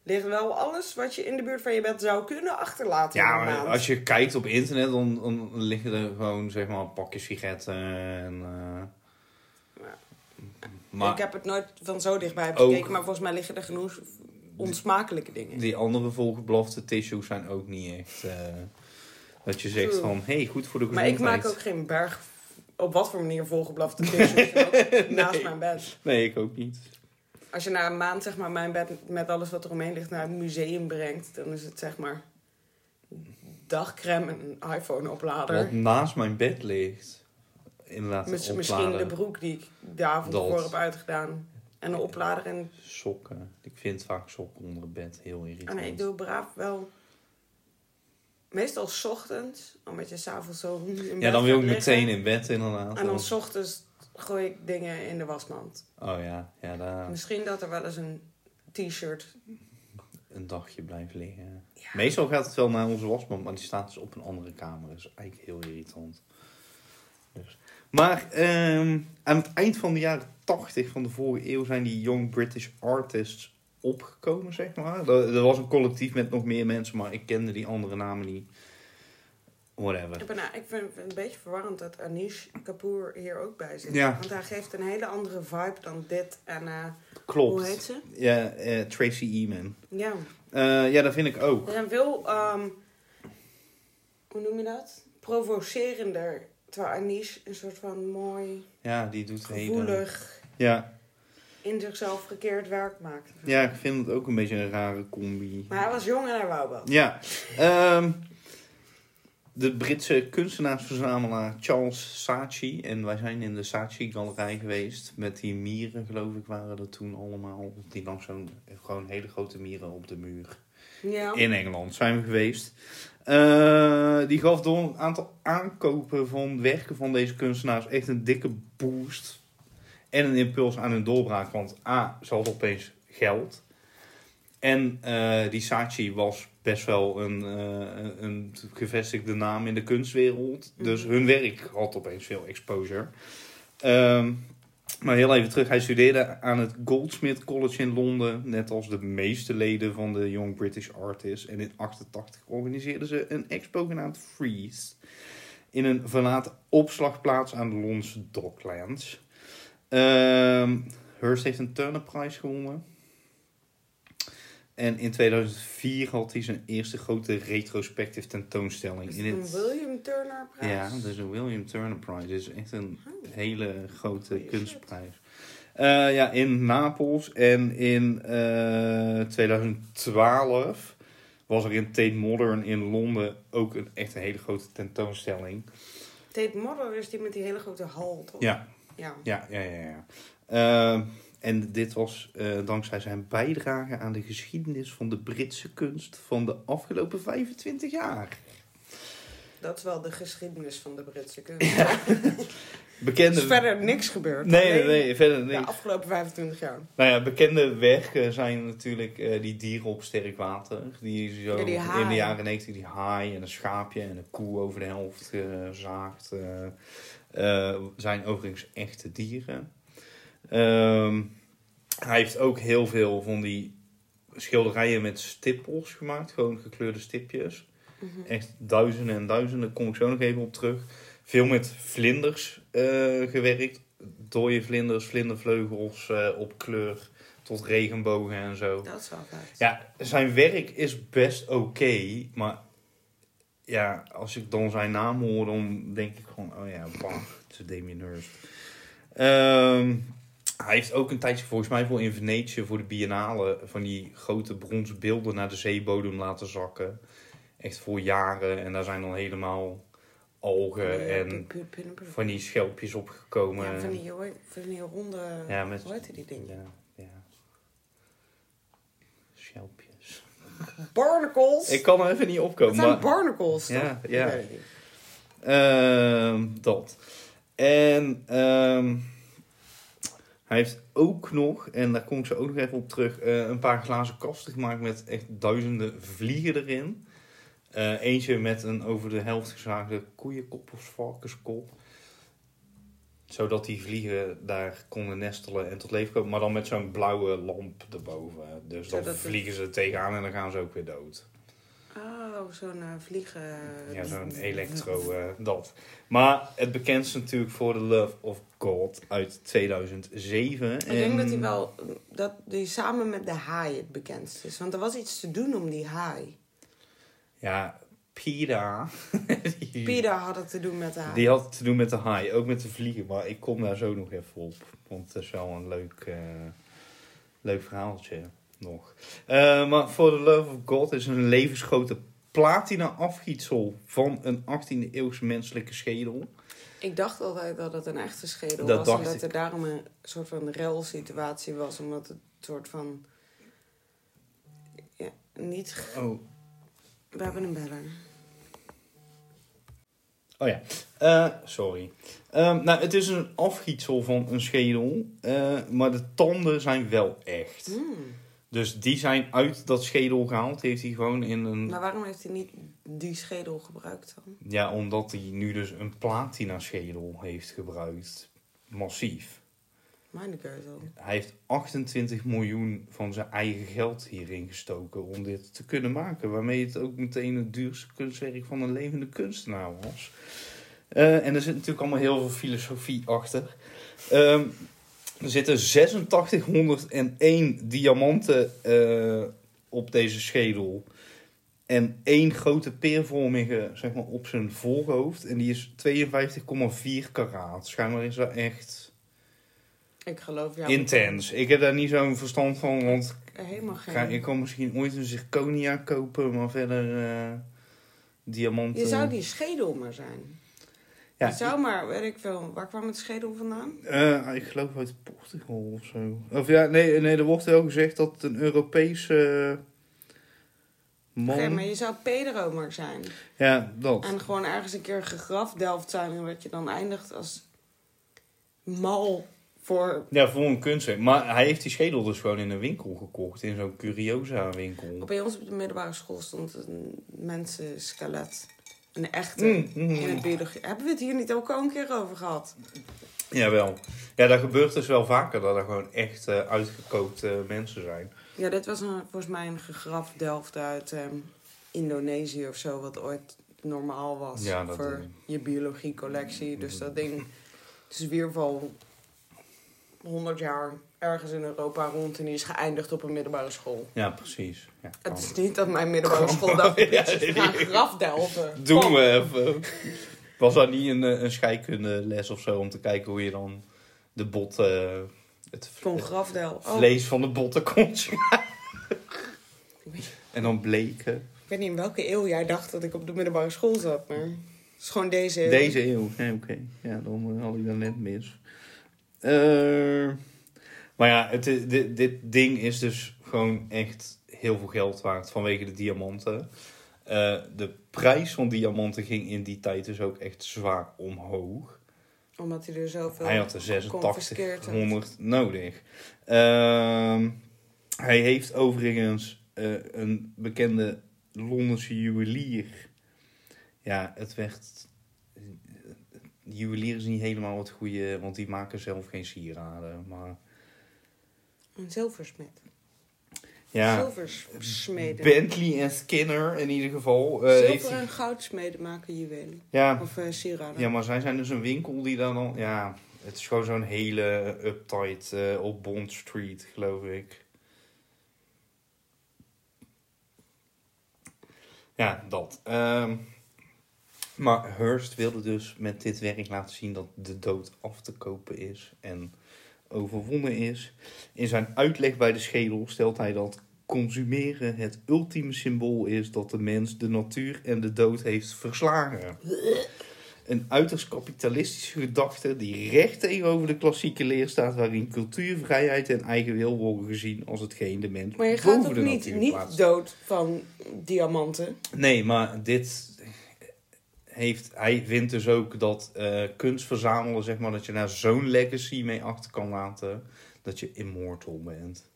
ligt wel alles wat je in de buurt van je bed zou kunnen achterlaten. in
Ja,
een
maar
maand.
als je kijkt op internet, dan, dan liggen er gewoon, zeg maar, pakjes sigaretten en... eh,
Ja.
maar
Ik heb het nooit van zo dichtbij
Ook-
bekeken, maar volgens mij liggen er genoeg onsmakelijke dingen.
die andere volgeblafte tissues zijn ook niet echt... eh, dat je zegt
True.
van, hé, hey, goed voor de
Maar ik
gezondheid.
maak ook geen berg op wat voor manier volgeblafte tissues dan ook naast mijn bed.
Nee, ik ook niet.
Als je na een maand zeg maar, mijn bed met alles wat eromheen ligt naar het museum brengt, dan is het zeg maar dagcreme en een
Wat
iPhone-oplader.
naast mijn bed ligt. Inderdaad,
Mis-
een
misschien de
oplader.
broek die ik de avond
Dat.
ervoor heb uitgedaan. En een oplader en
Sokken. Ik vind vaak sokken onder het bed heel irritant.
Ah, nee, ik doe braaf wel. Meestal 's ochtends, omdat je s'avonds zo. in
Ja,
bed
dan wil
gaat
ik
liggen.
meteen in bed inderdaad.
En dan 's ochtends gooi ik dingen in de wasmand.
Oh ja, ja daar
Misschien dat er wel eens een t-shirt.
een dagje blijven liggen. Meestal gaat het wel naar onze wasmand, maar die staat dus op een andere kamer. Dat is eigenlijk heel irritant. Dus. Maar ehm, aan het eind van de jaren 80 van de vorige eeuw zijn die Young British Artists opgekomen, zeg maar. Er, er was een collectief met nog meer mensen, maar ik kende die andere namen niet. Whatever.
Ik, ben, nou, ik vind het een beetje verwarrend dat Anish Kapoor hier ook bij zit.
Ja.
Want hij geeft een hele andere vibe dan dit. En eh, hoe heet
Klopt.
ze?
Ja, eh, Tracy Emin.
Ja.
Eh, ja, dat vind ik ook.
Ze zijn veel, ehm, hoe noem je dat? Provocerender. Terwijl Anish een soort van mooi,
Ja, die doet hele...
gevoelig.
Ja,
in zichzelf gekeerd werk maakt.
Ja, ik vind het ook een beetje een rare combi.
Maar hij was jong en hij wou wel.
Ja. ehm, de Britse kunstenaarsverzamelaar Charles Saatchi. En wij zijn in de Saatchi-galerij geweest. Met die mieren, geloof ik, waren er toen allemaal. Die langs zo'n gewoon hele grote mieren op de muur.
Ja.
In Engeland zijn we geweest. Eh, die gaf door een aantal aankopen van werken van deze kunstenaars echt een dikke boost. En een impuls aan hun doorbraak. Want A, ze hadden opeens geld. En eh, die Saatchi was best wel een, eh, een gevestigde naam in de kunstwereld. Dus
Mhm.
hun werk had opeens veel exposure. Ehm, maar heel even terug. Hij studeerde aan het Goldsmith College in Londen. Net als de meeste leden van de Young British Artists. En in 88 organiseerden ze een expo genaamd Freeze. In een verlaten opslagplaats aan de Londense Docklands. Ehm, Hearst heeft een Turner Prize gewonnen. En in 2004 had hij zijn eerste grote retrospective tentoonstelling.
Is
in
het een
het-
William Turner prijs?
ja, dus- dat is een William Turner Prize. Dat is echt een
Oh.
hele grote
Goeie
kunstprijs. Eh, ja, in Napels en in eh, 2012 was er in Tate Modern in Londen ook een, echt een hele grote tentoonstelling.
Tate Modder is die met die hele grote hal, toch?
Ja,
Ja.
ja, ja, ja. ja. Eh, en dit was eh, dankzij zijn bijdrage aan de geschiedenis van de Britse kunst van de afgelopen 25 jaar.
Dat is wel de geschiedenis van de Britse kunst. Er
Bekende...
is verder niks gebeurd.
Nee, nee,
Alleen
nee, verder niks.
De afgelopen 25 jaar.
Nou ja, bekende werken zijn natuurlijk eh, die dieren op sterk water. Die zo
Ja, die haai.
in de jaren 90 die haai en een schaapje en een koe over de helft gezaagd. eh, eh, zijn overigens echte dieren. Ehm, hij heeft ook heel veel van die schilderijen met stippels gemaakt. Gewoon gekleurde stipjes.
Mhm.
Echt duizenden en duizenden. Kom ik zo nog even op terug. Veel met vlinders eh, gewerkt. Dode vlinders, vlindervleugels eh, op kleur. Tot regenbogen en zo.
Dat is wel vet.
Ja, zijn werk is best oké, maar ja, als ik dan zijn naam hoor, dan denk ik gewoon, oh ja, bang, het is Damien Hirst. Ehm, hij heeft ook een tijdje volgens mij voor in Venetië, voor de biennale, van die grote bronzen beelden naar de zeebodem laten zakken. Echt voor jaren, en daar zijn dan helemaal algen
eh,
eh, en van die schelpjes opgekomen.
Oh Ja, van die, heel- van die ronde...
Ja, met
Hoe heette die dingen?
ja, ja. Schelpjes.
Barnacles!
Ik kan er even niet
dat
opkomen.
zijn
maar-
barnacles, toch?
Ja,
Ik
ja.
weet het niet.
Ehm, dat. En ehm, hij heeft ook nog, en daar kom ik zo ook nog even op terug, eh, een paar glazen kasten gemaakt met echt duizenden vliegen erin. Eh, eentje met een over de helft gezaagde koeienkop of varkenskop. Zodat die vliegen daar konden nestelen en tot leven komen. Maar dan met zo'n blauwe lamp erboven. Dus dan
Zodat het-
vliegen ze er tegenaan en dan gaan ze ook weer dood.
Oh, zo'n eh, vliegen...
Ja, zo'n electro, eh, dat. Maar het bekendste natuurlijk voor The Love of God uit 2007.
Ik denk dat hij wel... Dat die samen met de haai het bekendst is. Want er was iets te doen om die haai.
Ja, Pira. die,
Pida had het te doen met de haai.
Die had te doen met de haai, ook met de vliegen. Maar ik kom daar zo nog even op. Want het is wel een leuk, eh, leuk verhaaltje nog. Eh, maar For the Love of God is een levensgrote platina afgietsel van een 18e eeuwse menselijke schedel.
Ik dacht altijd dat het een echte schedel
Dat
was.
dacht
en dat
ik.
er daarom een soort van rel-situatie was. Omdat het soort van... Ja, niet... ge-
Oh,
We hebben een beller.
Oh ja, Eh, sorry. Ehm, nou, het is een afgietsel van een schedel, eh, maar de tanden zijn wel echt.
Hmm.
Dus die zijn uit dat schedel gehaald, heeft hij gewoon in een...
Maar waarom heeft hij niet die schedel gebruikt dan?
Ja, omdat hij nu dus een platina schedel heeft gebruikt. Massief.
Mindegirl.
Hij heeft 28 miljoen van zijn eigen geld hierin gestoken om dit te kunnen maken. Waarmee het ook meteen het duurste kunstwerk van een levende kunstenaar was. Eh, en er zit natuurlijk allemaal heel veel filosofie achter. Ehm, er zitten 8601 diamanten eh, op deze schedel. En één grote peervormige zeg maar, op zijn voorhoofd. En die is 52,4 karaat. Schijnbaar is dat echt
Ik geloof jou.
intens. Dus Ik heb daar niet zo'n verstand van, want
Helemaal geen.
ga, ik kan misschien ooit een zirconia kopen, maar verder eh, diamanten.
Je zou die schedel maar zijn.
Ja,
je zou maar, weet ik veel, waar kwam het schedel vandaan?
eh, ik geloof uit Portugal of zo. Of ja, nee, nee, er wordt wel gezegd dat het een Europese man...
Oké, maar je zou Pedro maar zijn.
Ja, dat.
En gewoon ergens een keer gegrafdelft zijn. En dat je dan eindigt als mal voor...
Ja, voor een kunstwerk. Maar hij heeft die schedel dus gewoon in een winkel gekocht. In zo'n curiosa winkel.
Bij ons op de middelbare school stond een mensenskelet. Een echte.
Mm, mm.
In het biologie. Hebben we het hier niet ook al een keer over gehad?
Jawel. Ja, dat gebeurt dus wel vaker. Dat er gewoon echt eh, uitgekookte mensen zijn.
Ja, dit was een, volgens mij een gegrafdelft uit ehm, Indonesië of zo, wat ooit normaal was
Ja, dat
voor
ding.
je biologiecollectie. Dus dat ding zwierf al 100 jaar ergens in Europa rond en die is geëindigd op een middelbare school.
Ja, precies. Ja,
Het
kan.
is niet dat mijn middelbare school dacht, ik
Ja,
ga grafdelven.
Doen
Kom.
we even. Was dat niet een, eh, een scheikundeles of zo om te kijken hoe je dan de botten, het v-
Kon grafdelven. Oh,
vlees van de botten kon schrijven? En dan bleken.
ik weet niet in welke eeuw jij dacht dat ik op de middelbare school zat, maar het is gewoon deze eeuw.
Deze eeuw. Nee, oké. Ja, dan eh, had ik dat net mis. Eh, maar ja, het, i- dit, dit ding is dus gewoon echt heel veel geld waard vanwege de diamanten. Eh, de prijs van diamanten ging in die tijd dus ook echt zwaar omhoog.
Omdat hij er zoveel
Hij had er
geconfiskeerd had.
8600 nodig. Ehm, hij heeft overigens eh, een bekende Londense juwelier. Ja, het werd. Juwelier is niet helemaal het goede, want die maken zelf geen sieraden. Maar
Een zilversmid.
Ja,
Zilversmeden.
Bentley en Skinner in ieder geval. eh, heeft
Zilver
hij-
en goudsmeden maken juwelen.
ja,
Of eh, sieraden.
ja, maar zij zijn dus een winkel die dan al... Ja, het is gewoon zo'n hele uptight eh, op Bond Street, geloof ik. Ja, dat. Ehm, maar Hearst wilde dus met dit werk laten zien dat de dood af te kopen is en overwonnen is. In zijn uitleg bij de schedel stelt hij dat consumeren het ultieme symbool is dat de mens de natuur en de dood heeft verslagen. Een uiterst kapitalistische gedachte die recht tegenover de klassieke leer staat, waarin cultuur, vrijheid en eigen wil worden gezien als hetgeen de mens
Maar je gaat
boven
ook
de
niet,
natuur
niet
plaatst.
dood van diamanten.
Nee, maar dit heeft, hij vindt dus ook dat eh, kunst verzamelen, zeg maar, dat je daar zo'n legacy mee achter kan laten, dat je immortal bent.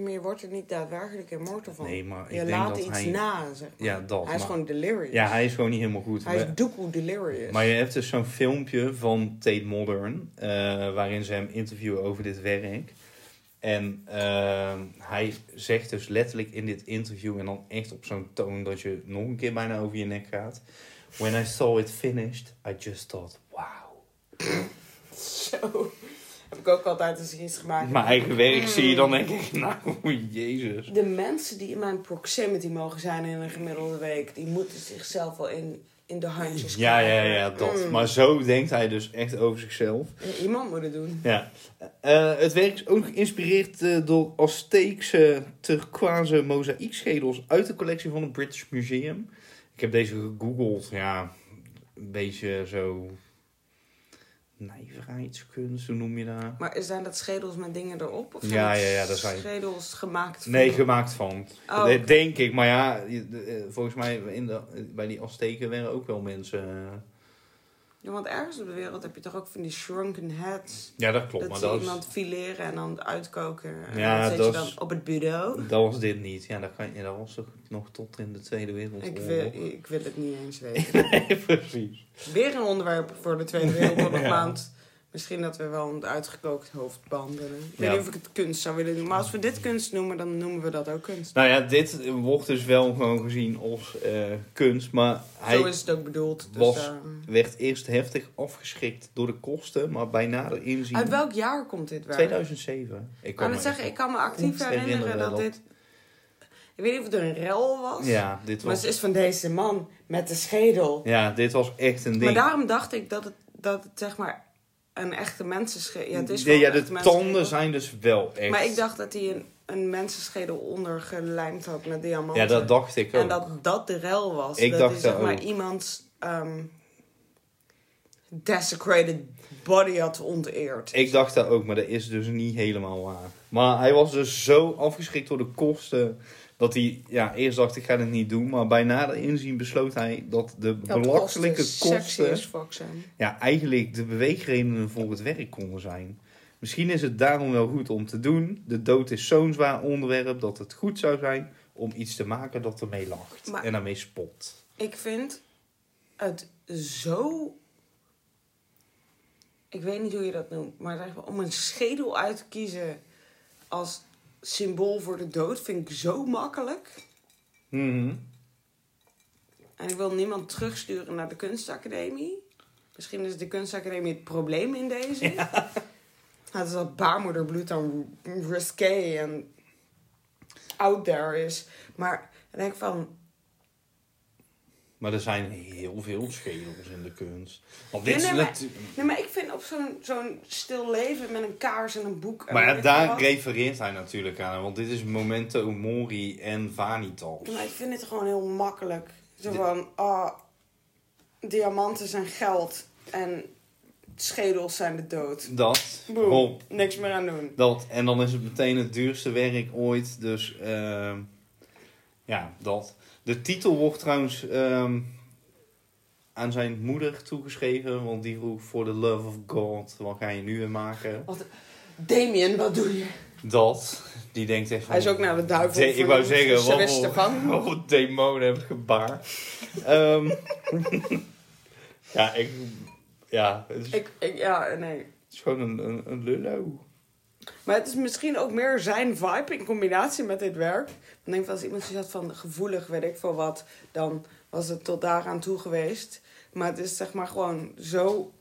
Maar je wordt er niet daadwerkelijk immortal van.
Nee, maar ik
je
denk
laat
dat
iets
hij...
na, zeg maar.
Ja, dat.
hij is
maar-
gewoon delirious.
Ja, hij is gewoon niet helemaal goed.
Hij
We-
is doekoe delirious.
Maar je hebt dus zo'n filmpje van Tate Modern, eh, waarin ze hem interviewen over dit werk. En eh, hij zegt dus letterlijk in dit interview, en dan echt op zo'n toon dat je nog een keer bijna over je nek gaat. When I saw it finished, I just thought, wow.
Zo. Heb ik ook altijd eens iets gemaakt.
Mijn eigen werk zie je dan denk ik, nou, jezus.
De mensen die in mijn proximity mogen zijn in een gemiddelde week, die moeten zichzelf wel in, in de handjes
Ja, ja,
krijgen.
ja, dat.
Mm.
Maar zo denkt hij dus echt over zichzelf.
Iemand moet het doen.
Ja. Eh, het werk is ook geïnspireerd eh, door Azteekse turquoise mozaïekschedels uit de collectie van het British Museum. Ik heb deze gegoogeld, ja, een beetje zo nijverheidskunst, hoe noem je dat?
Maar zijn dat schedels met dingen erop? Of zijn
Ja,
dat
ja, ja, daar zijn-
schedels gemaakt van...
Nee, gemaakt van.
Oh.
De- Denk ik, maar ja, je- de- eh, volgens mij in de, bij die Azteken werden ook wel mensen... eh,
Ja, want ergens op de wereld heb je toch ook van die shrunken heads.
Ja, dat klopt,
dat
maar
ze
dat is-
iemand fileren en dan uitkoken. En
Ja,
dan zet
dat
je
is-
dan op het bureau.
Dat was dit niet. Ja, dat, kan, ja, dat was toch nog tot in de Tweede Wereldoorlog.
Ik wil, ik wil het niet eens weten.
Nee, precies.
Weer een onderwerp voor de Tweede Wereldoorlog maand. Misschien dat we wel een uitgekookt hoofd behandelen. Ik weet
Ja.
niet of ik het kunst zou willen noemen. Maar als we dit kunst noemen, dan noemen we dat ook kunst.
Nou ja, dit wordt dus wel gewoon gezien als eh, kunst, maar
Zo
Nou, hij
is het ook bedoeld. Dus
was-
daar-
werd eerst heftig afgeschrikt door de kosten, maar bij nader inzien...
Uit welk jaar komt dit werk?
2007. Ik
Ik kan
me
het zeggen, ik
echt-
kan me actief
goed
herinneren,
herinneren
dat,
dat-
dit... Ik weet niet of het een rel was.
eh, Ja, dit
Maar het
was,
is van deze man met de schedel.
ja, dit was echt een
Maar
ding.
daarom dacht ik dat het, dat het zeg maar een echte mensenschedel... Ja, het is
ja,
gewoon
ja,
een
de
echte mensenschedel.
tanden zijn dus wel echt...
Maar ik dacht dat hij een, een mensenschedel ondergelijmd had met diamanten.
Ja, dat dacht ik ook.
En dat dat de rel was.
Ik
dat
dacht
hij, zeg
dat
maar
ook.
iemands ehm, desecrated body had onteerd.
Ik dacht dat ook, maar dat is dus niet helemaal waar. Maar hij was dus zo afgeschrikt door de kosten dat hij ja, eerst dacht ik ga dit niet doen. Maar bij nader inzien besloot hij dat de
Dat
belachelijke
Sexy
kosten
as fuck zijn.
ja, eigenlijk de beweegredenen voor het werk konden zijn. Misschien is het daarom wel goed om te doen. De dood is zo'n zwaar onderwerp dat het goed zou zijn om iets te maken dat ermee lacht
Maar-
en ermee spot.
Ik vind het zo. Ik weet niet hoe je dat noemt, maar zeg maar, om een schedel uit te kiezen als symbool voor de dood vind ik zo makkelijk.
Mhm.
En ik wil niemand terugsturen naar de kunstacademie. Misschien is de kunstacademie het probleem in deze. Het is dat baarmoederbloed dan risqué en out there is. Maar ik denk van,
Maar er zijn heel veel schedels in de kunst. Want
Ja,
dit
nee,
is
maar-
natuurlijk.
Nee, maar ik vind op zo'n zo'n stil leven met een kaars en een boek. en
Maar ja,
weet ik veel
daar
wat.
refereert hij natuurlijk aan, want dit is Memento Mori en Vanitas.
Maar ik vind het gewoon heel makkelijk. Zo
Dit-
van, ah, diamanten zijn geld en schedels zijn de dood.
Dat,
Boem,
hop,
niks meer aan doen.
dat. En dan is het meteen het duurste werk ooit, dus ehm, ja, dat. De titel wordt trouwens ehm, aan zijn moeder toegeschreven, want die vroeg voor the love of God, wat ga je nu weer maken?
Damien, wat doe je?
Dat, die denkt echt van...
Hij is ook naar de duivel
De- ik wou
vernoemd,
zeggen,
dus ze
wat
wisten
voor-
van.
wat voor demonen heb ik gebaar. Ehm, ja, ik... Ja, het is,
Ik, ik, ja, nee.
het is gewoon een, een, een lullo.
Maar het is misschien ook meer zijn vibe in combinatie met dit werk. Dan denk ik, als iemand die zat van gevoelig, weet ik veel wat, dan was het tot daaraan toe geweest. Maar het is zeg maar gewoon zo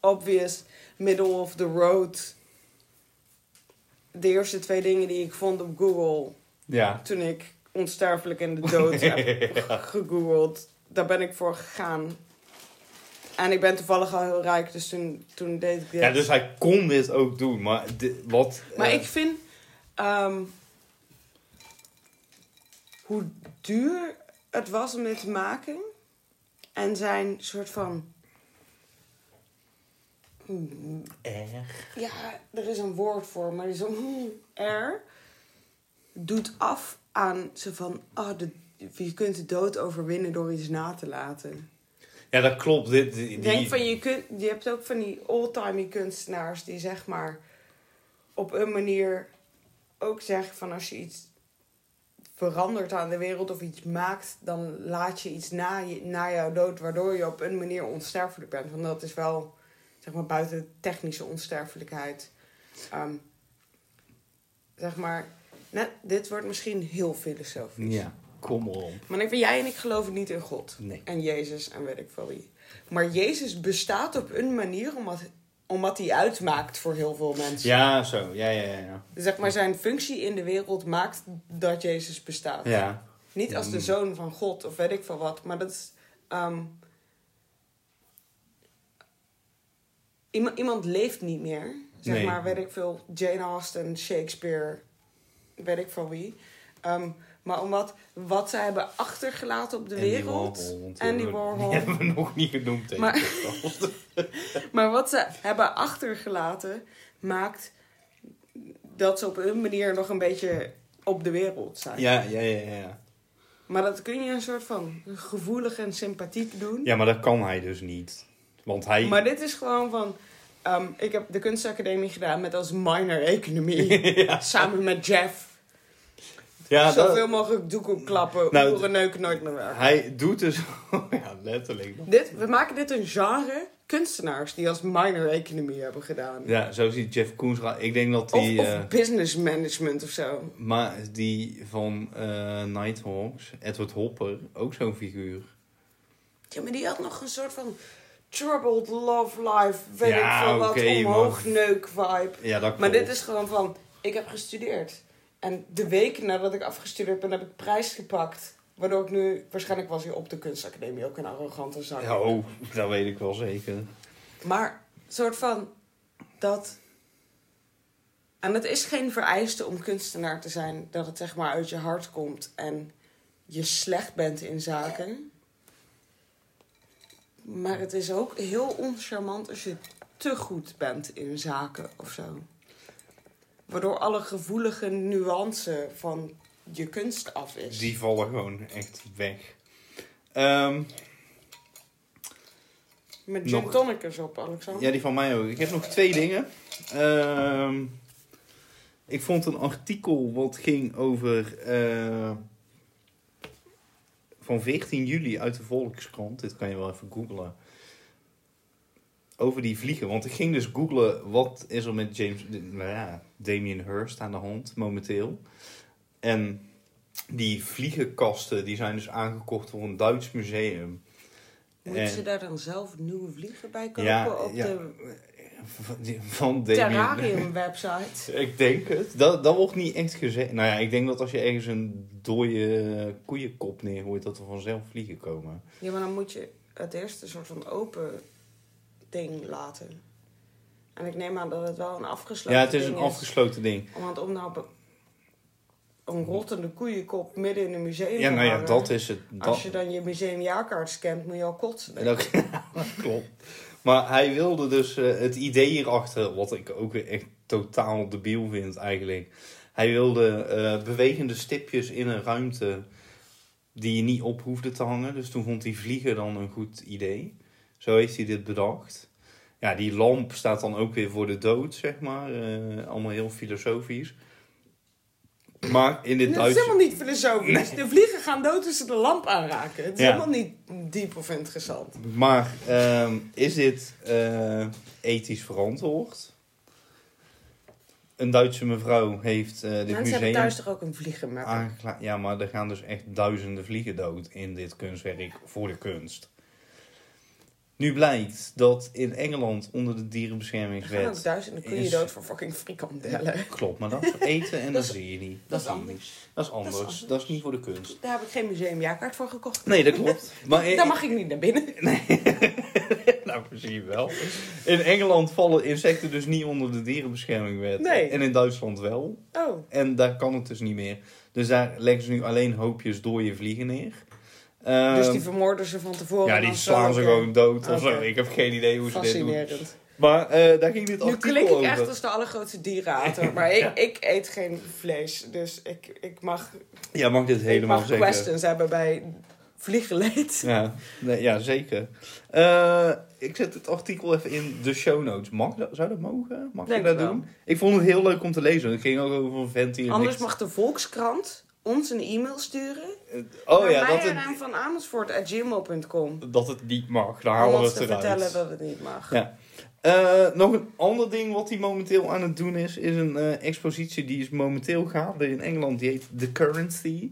obvious, middle of the road. De eerste twee dingen die ik vond op Google
Ja.
toen ik onsterfelijk en de dood heb
Ja.
gegoogeld. Daar ben ik voor gegaan. En ik ben toevallig al heel rijk, dus toen, toen deed ik dit.
ja, dus hij kon dit ook doen, maar di- wat...
Maar
eh,
ik vind ehm, hoe duur het was om dit te maken en zijn soort van
Erg.
ja, er is een woord voor, maar die is een er doet af aan ze van ah de, je kunt de dood overwinnen door iets na te laten.
Ja, dat klopt. Dit, die,
Ik denk
die-
van je kunt, je hebt ook van die oldtimey kunstenaars die zeg maar op een manier ook zeggen van als je iets verandert aan de wereld of iets maakt, dan laat je iets na, je, na jouw dood, waardoor je op een manier onsterfelijk bent. Want dat is wel zeg maar buiten de technische onsterfelijkheid. ehm, zeg maar, nou, dit wordt misschien heel filosofisch.
Ja, kom op.
Maar ik vind jij en ik geloven niet in God.
Nee.
En Jezus en weet ik veel wie. Maar Jezus bestaat op een manier omdat, omdat hij uitmaakt voor heel veel mensen.
Ja, zo. Ja, ja, ja. Ja.
Zeg maar, zijn functie in de wereld maakt dat Jezus bestaat.
ja.
Niet als de
Mm.
zoon van God of weet ik veel wat, maar dat is. ehm, iemand, iemand leeft niet meer. Zeg
Nee.
maar, weet ik veel, Jane Austen, Shakespeare, weet ik veel wie. Ehm, maar omdat wat zij hebben achtergelaten op de
Andy
wereld.
Warhol, want eh, die
Andy
hebben we-
Warhol.
Die hebben we nog niet genoemd. denk
Maar-
ik.
Maar wat ze hebben achtergelaten maakt dat ze op hun manier nog een beetje op de wereld zijn.
ja, ja, ja, ja.
Maar dat kun je een soort van gevoelig en sympathiek doen.
Ja, maar dat kan hij dus niet. Want hij...
Maar dit is gewoon van. ehm, ik heb de kunstacademie gedaan met als minor economie. Samen met Jeff.
ja, dat-
Zoveel mogelijk doeken klappen.
Nou,
Nou, neuken nooit meer werken.
Hij doet dus... ja, letterlijk.
Dit, we maken dit een genre kunstenaars die als minor economie hebben gedaan.
Ja, zo ziet Jeff Koens... Ik denk dat
Of,
die...
of
eh,
business management of zo.
Maar die van eh Nighthawks, Edward Hopper, ook zo'n figuur.
Ja, maar die had nog een soort van troubled love life. Weet
Ja,
ik veel wat.
oké, maar-
omhoog neuk vibe.
Ja, dat
Maar
klopt.
dit is gewoon van, ik heb gestudeerd. En de week nadat ik afgestudeerd ben, heb ik prijs gepakt. Waardoor ik nu, waarschijnlijk was hier op de kunstacademie ook een arrogante zak.
Ja, oh, dat weet ik wel zeker.
Maar, soort van, dat... En het is geen vereiste om kunstenaar te zijn. Dat het zeg maar uit je hart komt en je slecht bent in zaken. Maar het is ook heel oncharmant als je te goed bent in zaken of zo. Waardoor alle gevoelige nuance van je kunst af is.
Die vallen gewoon echt weg. Ehm,
Met gin
Nog-
tonic is op, Alexander.
ja, die van mij ook. Ik heb nog twee dingen. Ehm, ik vond een artikel wat ging over... eh, van 14 juli uit de Volkskrant. Dit kan je wel even googlen. Over die vliegen. Want ik ging dus googlen wat is er met James, nou ja, Damien Hurst aan de hand momenteel. En die vliegenkasten die zijn dus aangekocht voor een Duits museum.
Moeten
En-
ze daar dan zelf nieuwe vliegen bij kopen
Ja,
op
ja.
de
Van- Van Damien.
terrarium website?
Ik denk het. Dat, dat wordt niet echt gezegd. Nou ja, ik denk dat als je ergens een dode koeienkop neergooit, dat er vanzelf vliegen komen.
Ja, maar dan moet je het eerst een soort van open ding laten. En ik neem aan dat het wel een afgesloten
Ja, het is een
ding
afgesloten ding.
Want om nou be- een rottende koeienkop midden in een museum
Ja,
te
nou ja,
hangen,
dat is het.
eh, Als
Dat,
je dan je museumjaarkaart scant, moet je al kotsen.
en ook- dat klopt. Maar hij wilde dus eh, het idee hierachter, wat ik ook weer echt totaal debiel vind eigenlijk. Hij wilde eh, bewegende stipjes in een ruimte die je niet op hoefde te hangen. Dus toen vond hij vliegen dan een goed idee. Zo heeft hij dit bedacht. Ja, die lamp staat dan ook weer voor de dood, zeg maar. Eh, allemaal heel filosofisch. Maar in dit
Dat is
Duitse...
helemaal niet filosofisch. De vliegen gaan dood als ze de lamp aanraken. Het is
Ja.
helemaal niet diep of interessant.
Maar ehm, is dit eh, ethisch verantwoord? een Duitse mevrouw heeft eh, dit
Mensen hebben
museum
thuis toch ook een vliegenmakker?
aangekla- Ja, maar er gaan dus echt duizenden vliegen dood in dit kunstwerk voor de kunst. Nu blijkt dat in Engeland onder de
Er gaan ook
dierenbeschermingswet...
duizenden kun je
is-
dood voor fucking frikandellen.
Klopt, maar dat is voor eten en dat zie je niet.
dat is
zie je
anders.
niet. Dat is anders. Dat is,
anders.
niet voor de kunst.
Daar heb ik geen museumjaarkaart voor gekocht.
Nee, dat klopt. Maar
Daar mag ik niet naar binnen.
nou, precies wel. In Engeland vallen insecten dus niet onder de dierenbeschermingwet.
Nee.
En in Duitsland wel.
Oh,
En daar kan het dus niet meer. Dus daar leggen ze nu alleen hoopjes dooie vliegen neer.
dus
Ehm,
die vermoorden ze van tevoren.
ja,
en
die
dan
slaan ze
zo,
gewoon dood of
Oké.
zo. Ik heb geen idee hoe
oké.
ze dit doen.
Fascinerend.
Maar eh, daar ging dit
Nu
artikel
klink ik
over.
echt als de allergrootste dierenhater. Maar ik, ik eet geen vlees. Dus ik, ik mag,
Ja, mag dit
ik
helemaal
mag
zeggen.
questions hebben bij vliegenleed.
Ja, nee, ja zeker. Eh, ik zet het artikel even in de show notes. Mag dat, zou dat mogen? Mag je
Denk
dat
wel.
doen? Ik vond het heel leuk om te lezen. Het ging ook over een vent die er
Anders
niks-
mag de Volkskrant ons een e-mail sturen.
Eh,
naar
Oh ja, dat
dat
het,
van amersfoort.gmail.com.
dat het niet mag. Dan halen
Om
we
ons
het
te eh, vertellen
eruit.
dat het niet mag.
Ja. Eh, nog een ander ding wat hij momenteel aan het doen is, is een eh, expositie die is momenteel gaande in Engeland. Die heet The Currency.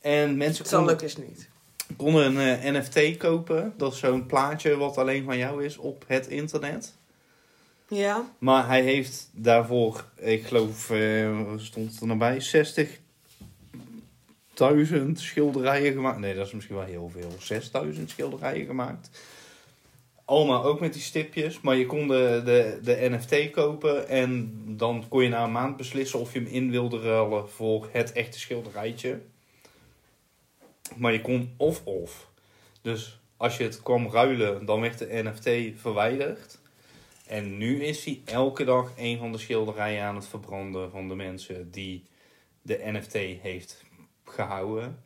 En mensen
Zo
konden,
lukt is niet.
konden een eh, NFT kopen. Dat is zo'n plaatje wat alleen van jou is op het internet.
Ja,
Maar hij heeft daarvoor, ik geloof, eh, wat stond er nou bij, 60.000 schilderijen gemaakt. Nee, dat is misschien wel heel veel. 6.000 schilderijen gemaakt. Allemaal ook met die stipjes, maar je kon de, de, de NFT kopen en dan kon je na een maand beslissen of je hem in wilde ruilen voor het echte schilderijtje. Maar je kon of-of. Dus als je het kwam ruilen, dan werd de NFT verwijderd. En nu is hij elke dag een van de schilderijen aan het verbranden van de mensen die de NFT heeft gehouden.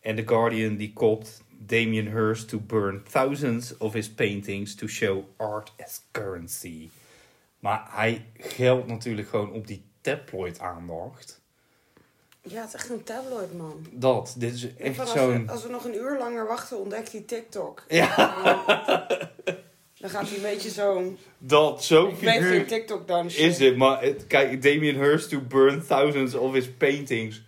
En The Guardian die kopt Damien Hirst to burn thousands of his paintings to show art as currency. Maar hij geldt natuurlijk gewoon op die tabloid aandacht.
ja het is echt een tabloid, man.
Dat, dit is echt
Als we,
zo'n...
als we nog een uur langer wachten, ontdekt hij TikTok.
Ja,
Dan gaat hij een beetje zo'n...
dat, zo'n
Ik weet geen
figuur
tiktok dansje
is dit. Maar het- kijk, Damien Hirst to burn thousands of his paintings.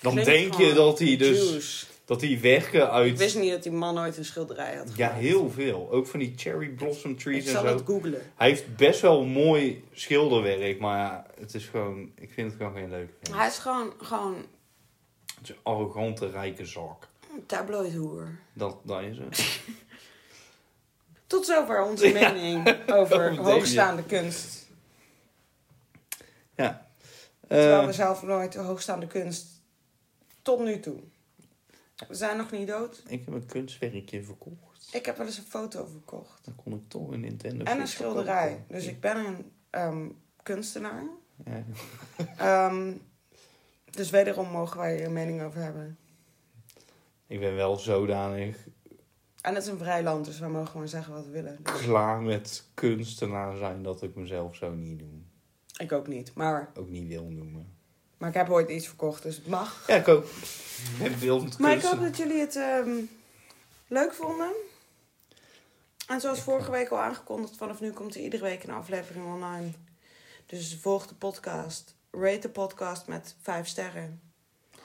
Dan denk je dat hij dus... Dat die werken
Ik wist
uit.
niet dat die man ooit een schilderij had
Ja,
gemaakt.
heel veel. Ook van die cherry blossom trees
Ik
en
zal
zo.
het googlen.
Hij heeft best wel mooi schilderwerk, maar ja, het is gewoon. Ik vind het gewoon geen leuk. vent.
Hij is gewoon, gewoon
Het is een arrogante, rijke zak.
een tabloidhoer.
Dat, dat is het.
Tot zover onze mening over
Over
hoogstaande kunst.
Ja.
Terwijl
Eh,
we zelf nooit de hoogstaande kunst tot nu toe. We zijn nog niet dood.
Ehm, ik heb een kunstwerkje verkocht.
Ik heb wel eens een foto verkocht.
Dan kon ik toch een Nintendo.
En een
Switch
schilderij.
verkopen.
Dus ik ben een ehm, kunstenaar.
Ja.
Ehm, dus wederom mogen wij hier een mening over hebben.
Ik ben wel zodanig
En het is een vrij land, dus wij mogen gewoon zeggen wat we willen.
klaar met kunstenaar zijn dat ik mezelf zo niet doe.
Ik ook niet. Maar,
Ook niet wil noemen.
maar ik heb ooit iets verkocht, dus het mag.
Ja, ik ook. Ik wil het
Maar ik hoop
kunstenaar.
dat jullie het ehm, leuk vonden. En zoals vorige week al aangekondigd, vanaf nu komt er iedere week een aflevering online. Dus volg de podcast. Rate de podcast met 5 sterren.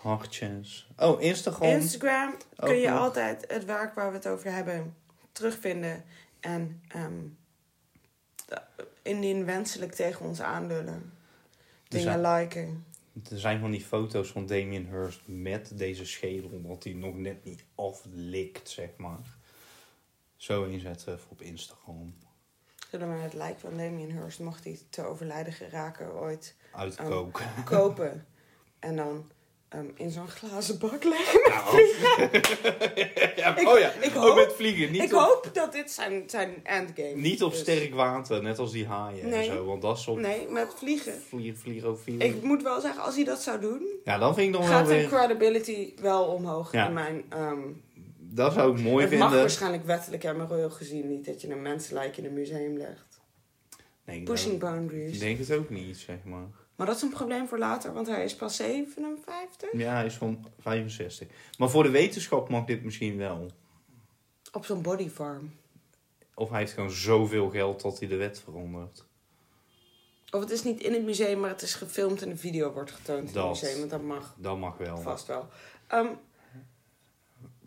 Hartjes. Oh, Instagram.
Instagram kun
Ook
je
nog.
altijd het werk waar we het over hebben terugvinden. En ehm, da- indien wenselijk tegen ons aanlullen.
Dus
Dingen liken.
er zijn van die foto's van Damien Hirst met deze schedel, dat hij nog net niet aflikt, zeg maar. Zo inzetten voor op Instagram.
Zullen we het lijk van Damien Hirst, mocht hij te overlijden geraken, ooit
Uitkoken.
Oh. kopen? En dan ehm, in zo'n glazen bak leggen?
Nou. ja, oh ja,
ik
ook
hoop-
met vliegen. Niet
Ik
op,
hoop dat dit zijn, zijn endgame
Niet op
is.
sterk water, net als die haaien
Nee.
en zo. Want dat is op
Nee, met vliegen.
vlier, vlierofiel.
Ik moet wel zeggen, als hij dat zou doen,
Ja, dan vind ik nog wel
gaat zijn
weer...
credibility wel omhoog
Ja.
in mijn ehm,
Dat zou ik mooi
het mag
vinden.
waarschijnlijk wettelijk en moreel gezien niet dat je een mensenlijk in een museum legt.
Nee, ik
Pushing
denk-
boundaries.
ik denk het ook niet, zeg maar.
Maar dat is een probleem voor later, want hij is pas 57.
Ja, hij is van 65. Maar voor de wetenschap mag dit misschien wel.
Op zo'n bodyfarm.
Of hij heeft gewoon zoveel geld dat hij de wet verandert.
Of het is niet in het museum, maar het is gefilmd en een video wordt getoond in
Dat.
het museum. Want dat mag
Dat mag wel.
vast wel. Ehm,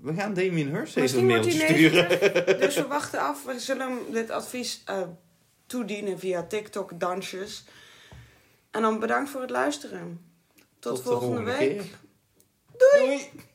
We gaan Damien Hirst even een
misschien wordt
mailtje
hij
sturen.
90, dus we wachten af. We zullen hem dit advies eh, toedienen via TikTok-dansjes. En dan bedankt voor het luisteren. Tot,
de
volgende, week.
keer. Doei.